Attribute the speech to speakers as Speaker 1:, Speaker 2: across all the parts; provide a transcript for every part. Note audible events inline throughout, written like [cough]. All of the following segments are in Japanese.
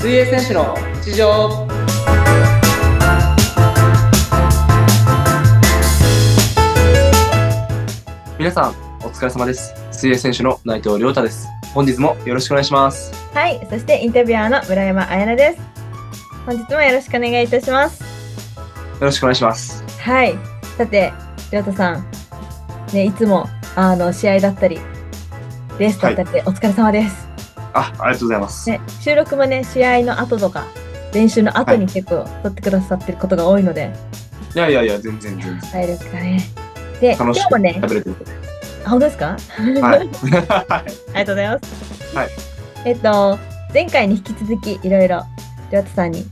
Speaker 1: 選手の日常皆さんお疲れ様です水泳選手の内藤亮太です本日もよろしくお願いします
Speaker 2: はい、そしてインタビュアーの村山彩奈です。本日もよろしくお願いいたします。
Speaker 1: よろしくお願いします
Speaker 2: はい、さて、りょうたさん、ね、いつもあの試合だったり、レースだったりでお疲れ様です。
Speaker 1: あ、ありがとうございます、
Speaker 2: ね、収録もね、試合の後とか、練習の後に結構撮ってくださってることが多いので、
Speaker 1: いやいやいや全然全然
Speaker 2: 体力がね。で、今
Speaker 1: 楽し
Speaker 2: 日も
Speaker 1: く
Speaker 2: ね、
Speaker 1: 食べれてることで
Speaker 2: あ本当ですか
Speaker 1: はい
Speaker 2: [laughs] ありがとうございます。
Speaker 1: はい。
Speaker 2: えっと、前回に引き続き、いろいろ、りょうたさんに、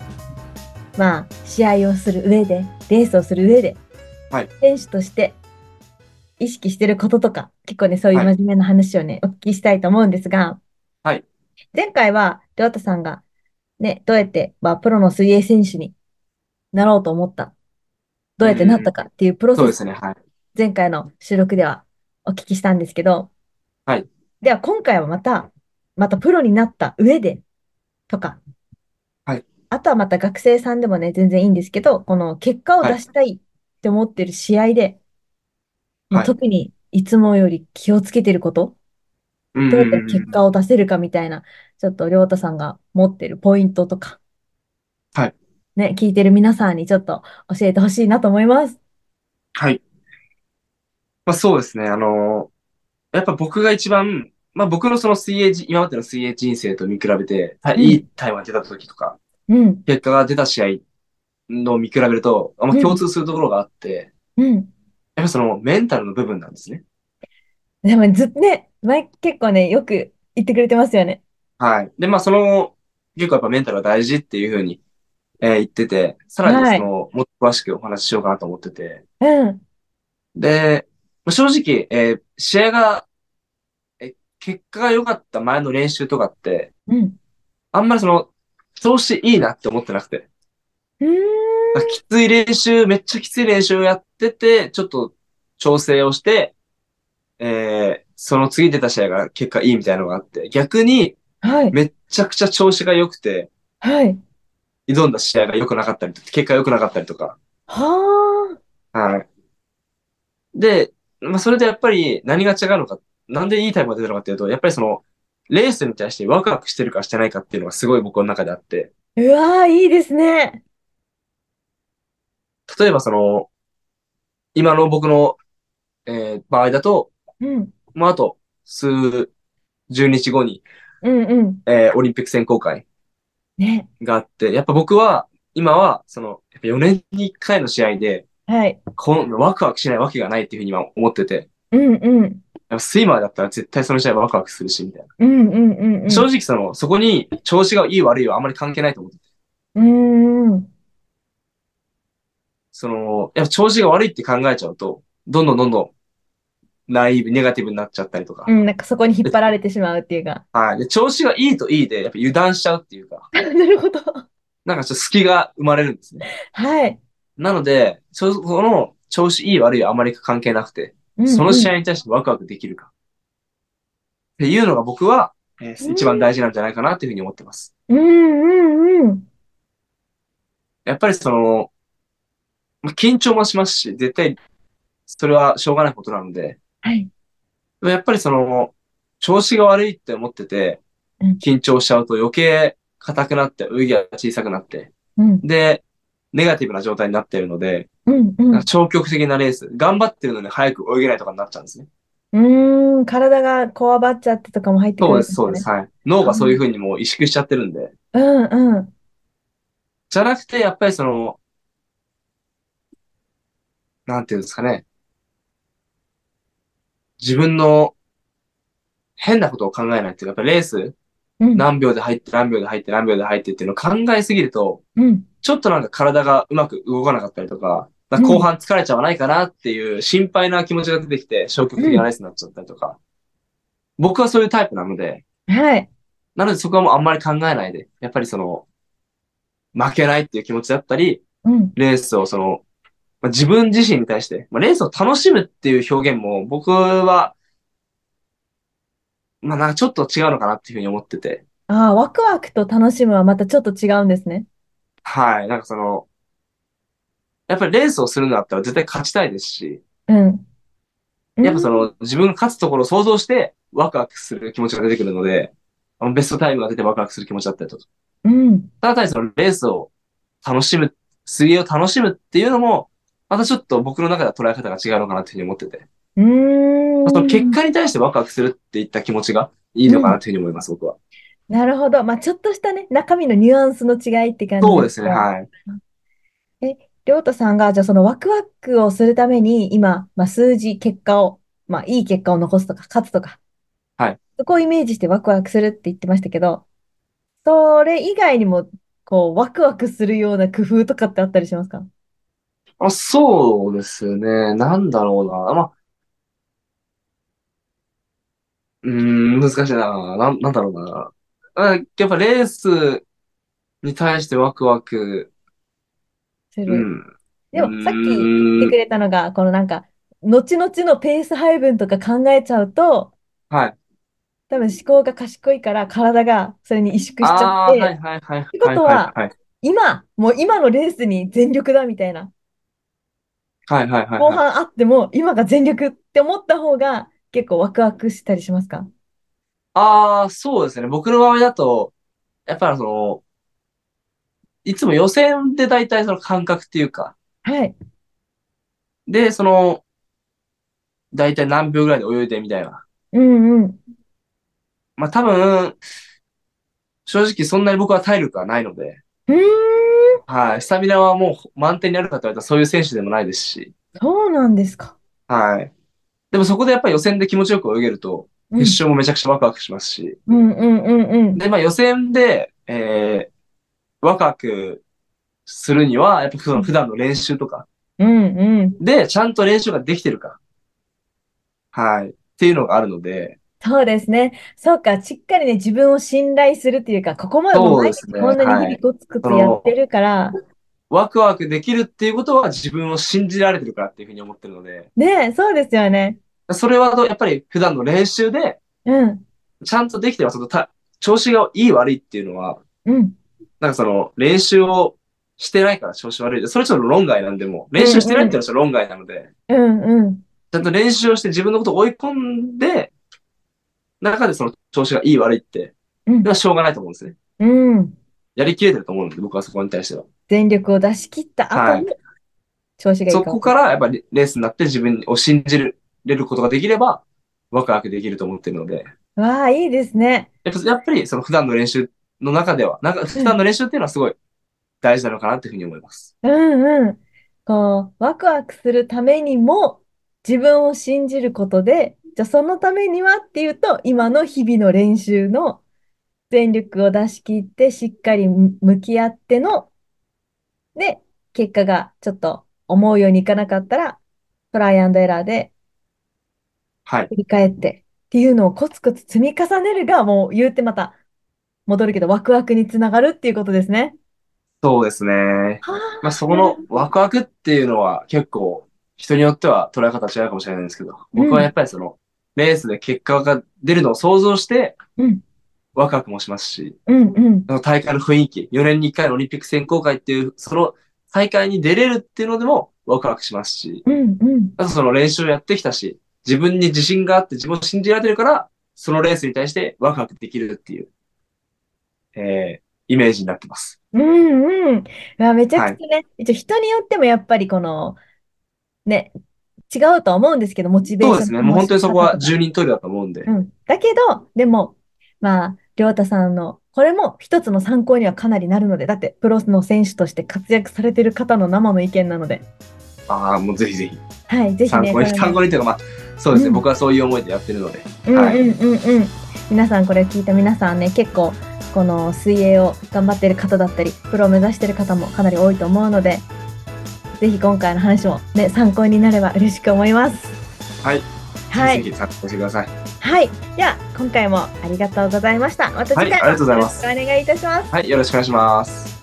Speaker 2: まあ、試合をする上で、レースをする上で、
Speaker 1: はい
Speaker 2: 選手として意識してることとか、結構ね、そういう真面目な話をね、お聞きしたいと思うんですが、
Speaker 1: はい。
Speaker 2: 前回は、りょうたさんが、ね、どうやって、まあ、プロの水泳選手になろうと思った、どうやってなったかっていうプロ
Speaker 1: そう
Speaker 2: セ
Speaker 1: で
Speaker 2: ス
Speaker 1: すねはい
Speaker 2: 前回の収録ではお聞きしたんですけど、
Speaker 1: はい。
Speaker 2: では今回はまた、またプロになった上で、とか、
Speaker 1: はい。
Speaker 2: あとはまた学生さんでもね、全然いいんですけど、この結果を出したいって思ってる試合で、まあ
Speaker 1: はい
Speaker 2: 特にいつもより気をつけてること、
Speaker 1: うんうん
Speaker 2: どう
Speaker 1: う
Speaker 2: やっ
Speaker 1: ん
Speaker 2: て
Speaker 1: うん
Speaker 2: 結果を出せるかみたいな、ちょっとりょうたさんが持ってるポイントとか、
Speaker 1: はい。
Speaker 2: ね、聞いてる皆さんにちょっと教えてほしいなと思います。
Speaker 1: はい。まあそうですね。あの、やっぱ僕が一番、まあ僕のその水泳じ、今までの水泳人生と見比べて、た
Speaker 2: うん
Speaker 1: いいタイムが出た時とか、
Speaker 2: うん、
Speaker 1: 結果が出た試合の見比べると、あんま
Speaker 2: うん
Speaker 1: 共通するところがあって、
Speaker 2: うん。
Speaker 1: やっぱそのメンタルの部分なんですね。
Speaker 2: でもずっとね、前結構ね、よく言ってくれてますよね。
Speaker 1: はい。で、まあその、結構やっぱメンタルが大事っていうふうに、えー言ってて、さら
Speaker 2: は
Speaker 1: に
Speaker 2: い
Speaker 1: その、もっと詳しくお話ししようかなと思ってて、
Speaker 2: うん。
Speaker 1: で、まあ正直、えー試合が、え、結果が良かった前の練習とかって、
Speaker 2: うん。
Speaker 1: あんまりその、調子いいなって思ってなくて。
Speaker 2: うーん。
Speaker 1: なんかきつい練習、めっちゃきつい練習をやってて、ちょっと調整をして、えー、その次出た試合が結果いいみたいなのがあって、逆に
Speaker 2: はい。
Speaker 1: めっちゃくちゃ調子が良くて、
Speaker 2: はい。
Speaker 1: 挑んだ試合が良くなかったりとか、結果が良くなかったりとか。
Speaker 2: は
Speaker 1: はい。で、まあ、それでやっぱり何が違うのか、なんでいいタイムが出たのかっていうと、やっぱりその、レースに対してワクワクしてるかしてないかっていうのがすごい僕の中であって、
Speaker 2: あ。うわー、いいですね。
Speaker 1: 例えばその、今の僕の、えー場合だと、
Speaker 2: うん。
Speaker 1: もうあと数十日後に、
Speaker 2: うんうん。
Speaker 1: えーオリンピック選考会
Speaker 2: ね。
Speaker 1: があって、やっぱ僕は、今は、その、やっぱ4年に1回の試合で、
Speaker 2: はい。
Speaker 1: このワクワクしないわけがないっていうふうに今思ってて、
Speaker 2: うんうん。
Speaker 1: やっぱスイマーだったら絶対その試合はワクワクするし、みたいな。
Speaker 2: うんうんうんうん。
Speaker 1: 正直その、そこに調子がいい悪いはあんまり関係ないと思ってて、
Speaker 2: うーん。
Speaker 1: その、やっぱ調子が悪いって考えちゃうと、どんどんどんどん、ナイーブ、ネガティブになっちゃったりとか
Speaker 2: う、ん。なんかそこに引っ張られてしまうっていうか。 [laughs]
Speaker 1: はい。で、調子がいいといいで、やっぱ油断しちゃうっていうか、
Speaker 2: なるほど。
Speaker 1: なんかちょっと隙が生まれるんですね。
Speaker 2: はい。
Speaker 1: なので、そその調子いい悪いはあまり関係なくて、
Speaker 2: うん
Speaker 1: その試
Speaker 2: 合。
Speaker 1: 合に対してワクワクできるか。っていうのが僕は、えー
Speaker 2: うん
Speaker 1: 一番大事なんじゃないかなっていうふうに思ってます。
Speaker 2: うんうんうん。
Speaker 1: やっぱりその、まあ緊張もしますし、絶対、それはしょうがないことなので、
Speaker 2: はい。
Speaker 1: でもやっぱりその、調子が悪いって思ってて
Speaker 2: うん、
Speaker 1: 緊張しちゃうと余計硬くなって、泳ぎが小さくなって、
Speaker 2: うん
Speaker 1: で、ネガティブな状態になっているので、
Speaker 2: うんう
Speaker 1: なん
Speaker 2: ん
Speaker 1: か。消極的なレース、頑張ってるのに早く泳げないとかになっちゃうんですね。
Speaker 2: うーん。体がこわばっちゃってとかも入ってく
Speaker 1: そう
Speaker 2: る
Speaker 1: で、
Speaker 2: んですす
Speaker 1: そう
Speaker 2: か
Speaker 1: で
Speaker 2: ね
Speaker 1: す。。はい。脳がそういう風にもう萎縮しちゃってるんで。
Speaker 2: うんうん。
Speaker 1: じゃなくて、やっぱりその、なんていうんですかね。自分の変なことを考えないっていうか、やっぱレース、
Speaker 2: うん。
Speaker 1: 何秒で入って、何秒で入って、何秒で入ってっていうのを考えすぎると、
Speaker 2: うん。
Speaker 1: ちょっとなんか体がうまく動かなかったりとか、なんか後半疲れちゃわないかなっていう心配な気持ちが出てきて、消極的なレースになっちゃったりとか。僕はそういうタイプなので、
Speaker 2: はい。
Speaker 1: なのでそこはもうあんまり考えないで、やっぱりその、負けないっていう気持ちだったり、
Speaker 2: うん。
Speaker 1: レースをその、まあ自分自身に対して、まあレースを楽しむっていう表現も僕は、まあなんかちょっと違うのかなっていうふうに思ってて、
Speaker 2: ああ、ワクワクと楽しむはまたちょっと違うんですね。
Speaker 1: はい。なんかその、やっぱりレースをするんだったら絶対勝ちたいですし、
Speaker 2: うん。
Speaker 1: やっぱそ
Speaker 2: うん
Speaker 1: の自分が勝つところを想像してワクワクする気持ちが出てくるので、あのベストタイムが出てワクワクする気持ちだったりとか。
Speaker 2: うん。
Speaker 1: ただ単にそのレースを楽しむ、水泳を楽しむっていうのも、またちょっと僕の中では捉え方が違うのかなっていうふうに思ってて。
Speaker 2: うーん。
Speaker 1: その結果に対してワクワクするっていった気持ちがいいのかなというふうに思います、僕は。
Speaker 2: なるほど。まあ、ちょっとしたね、中身のニュアンスの違いって感じ
Speaker 1: そうですね、
Speaker 2: か
Speaker 1: はい。
Speaker 2: りょうたさんが、じゃあそのワクワクをするために、今、まあ、数字、結果を、まあ、いい結果を残すとか、勝つとか、
Speaker 1: はい。
Speaker 2: そこをイメージしてワクワクするって言ってましたけど、それ以外にも、こう、ワクワクするような工夫とかってあったりしますか
Speaker 1: あ、そうですね。なんだろうな。まあ、うーん、難しいな。なん、なんだろうな。あやっぱレースに対してワクワク。
Speaker 2: す
Speaker 1: う
Speaker 2: る。
Speaker 1: ん。
Speaker 2: でも、さっき言って
Speaker 1: う
Speaker 2: くれたのが、このなんか、後々のペース配分とか考えちゃうと、
Speaker 1: ーんはい。
Speaker 2: 多分思考が賢いから体がそれに萎縮しちゃ
Speaker 1: あ
Speaker 2: っ
Speaker 1: あ、
Speaker 2: て、
Speaker 1: はいはいはい。
Speaker 2: てことは今、もう今のレースに全力だみたいな。
Speaker 1: はいはいはい
Speaker 2: 後
Speaker 1: はい。
Speaker 2: 半あっても、今が全力って思った方が、結構ワクワクしたりしますか
Speaker 1: ああ、そうですね。僕の場合だと、やっぱりその、いつも予選で大体その感覚っていうか、
Speaker 2: はい。
Speaker 1: で、その、大体何秒ぐらいで泳いでみたいな。
Speaker 2: うんうん。
Speaker 1: まあ多分、正直そんなに僕は体力がないので、
Speaker 2: うーん、
Speaker 1: はい、スタミナはもう満点にあるかと言われたらそういう選手でもないですし、
Speaker 2: そうなんですか。
Speaker 1: はい。でもそこでやっぱり予選で気持ちよく泳げると、
Speaker 2: うん
Speaker 1: 決勝もめちゃくちゃワクワクしますし、
Speaker 2: うんうんうんうん。
Speaker 1: で、まあ予選で、えー、ワクワクするには、やっぱその普段の練習とか、
Speaker 2: うんうん。
Speaker 1: で、ちゃんと練習ができてるか。はい。っていうのがあるので、
Speaker 2: そうですね。そうか、しっかりね、自分を信頼するっていうか、ここまでも
Speaker 1: そう
Speaker 2: 毎
Speaker 1: です
Speaker 2: 日
Speaker 1: ね
Speaker 2: こんな
Speaker 1: は
Speaker 2: に
Speaker 1: い
Speaker 2: 日々コツコツやってるから、
Speaker 1: ワクワクできるっていうことは自分を信じられてるからっていうふうに思ってるので、
Speaker 2: ねえ、そうですよね。
Speaker 1: それはどうやっぱり普段の練習で、
Speaker 2: うん、
Speaker 1: ちゃんとできてます。そのた調子がいい悪いっていうのは、
Speaker 2: うん。
Speaker 1: なんかその練習をしてないから調子悪い。それちょっと論外なんでもう、練習してないっていうのはちょっと論外なので、
Speaker 2: うんうん。
Speaker 1: ちゃんと練習をして自分のことを追い込んで、中でその調子がいい悪いって、
Speaker 2: うん
Speaker 1: ではしょうがないと思うんですね。
Speaker 2: うん。
Speaker 1: やりきれてると思うので、僕はそこに対しては。
Speaker 2: 全力を出し切った後に、調子がいい
Speaker 1: そ
Speaker 2: か
Speaker 1: こからやっぱりレースになって自分を信じれることができれば、ワクワクできると思ってるので、
Speaker 2: わあ、いいですね。
Speaker 1: やっぱやっぱりその普段の練習の中では、なんか普段の練習っていうのはすごい大事なのかなっていうふうに思います。
Speaker 2: うんうん。こう、ワクワクするためにも、自分を信じることで、じゃあそのためにはっていうと、今の日々の練習の全力を出し切って、しっかり向き合っての、で、結果がちょっと思うようにいかなかったら、トライアンドエラーで
Speaker 1: はい。
Speaker 2: 振り返ってっていうのをコツコツ積み重ねるが、もう言うてまた戻るけど、ワクワクにつながるっていうことですね。
Speaker 1: そうですね。
Speaker 2: はあ
Speaker 1: まあそこのワクワクっていうのは結構人によっては捉え方違うかもしれないんですけど、僕はやっぱりそのレースで結果が出るのを想像して
Speaker 2: うん、
Speaker 1: ワクワクもしますし、
Speaker 2: うんうん。
Speaker 1: あの大会の雰囲気、4年に1回のオリンピック選考会っていう、その大会に出れるっていうのでもワクワクしますし、
Speaker 2: うんうん。
Speaker 1: あとその練習をやってきたし、自分に自信があって自分を信じられてるから、そのレースに対してワクワクできるっていう、えー、イメージになってます。
Speaker 2: うんうん。うわめちゃくちゃね、一応人によってもやっぱりこの、ね、違うとは思うんですけど、モチベー
Speaker 1: そう
Speaker 2: シ
Speaker 1: で
Speaker 2: ョン
Speaker 1: すね。
Speaker 2: の
Speaker 1: もう本当にそこは
Speaker 2: 持ち
Speaker 1: 10人トイレだと思うんで。
Speaker 2: 方とかうん。だけど、でも、まあ、りょうたさんの、これも一つの参考にはかなりなるので、だって、プロの選手として活躍されてる方の生の意見なので、
Speaker 1: ああ、もうぜひぜひ。
Speaker 2: はい、ぜひ
Speaker 1: 参
Speaker 2: ね、
Speaker 1: 考に、
Speaker 2: これ
Speaker 1: 参考にというか、まあ、そうですね、
Speaker 2: うん
Speaker 1: 僕はそういう思いでやってるので。
Speaker 2: うん
Speaker 1: はい
Speaker 2: うんうんうん。皆さんこれを聞いた皆さんね結構この水泳を頑張ってる方だったりプロを目指してる方もかなり多いと思うのでぜひ今回の話もね参考になれば嬉しく思います。
Speaker 1: はい。
Speaker 2: は
Speaker 1: ぜ
Speaker 2: い、
Speaker 1: ひ参考にしてください。
Speaker 2: はい、では今回もありがとうございました。また次
Speaker 1: はい
Speaker 2: 回
Speaker 1: ありがとうございます
Speaker 2: よろしくお願いいたします。
Speaker 1: はい、よろしくお願いします。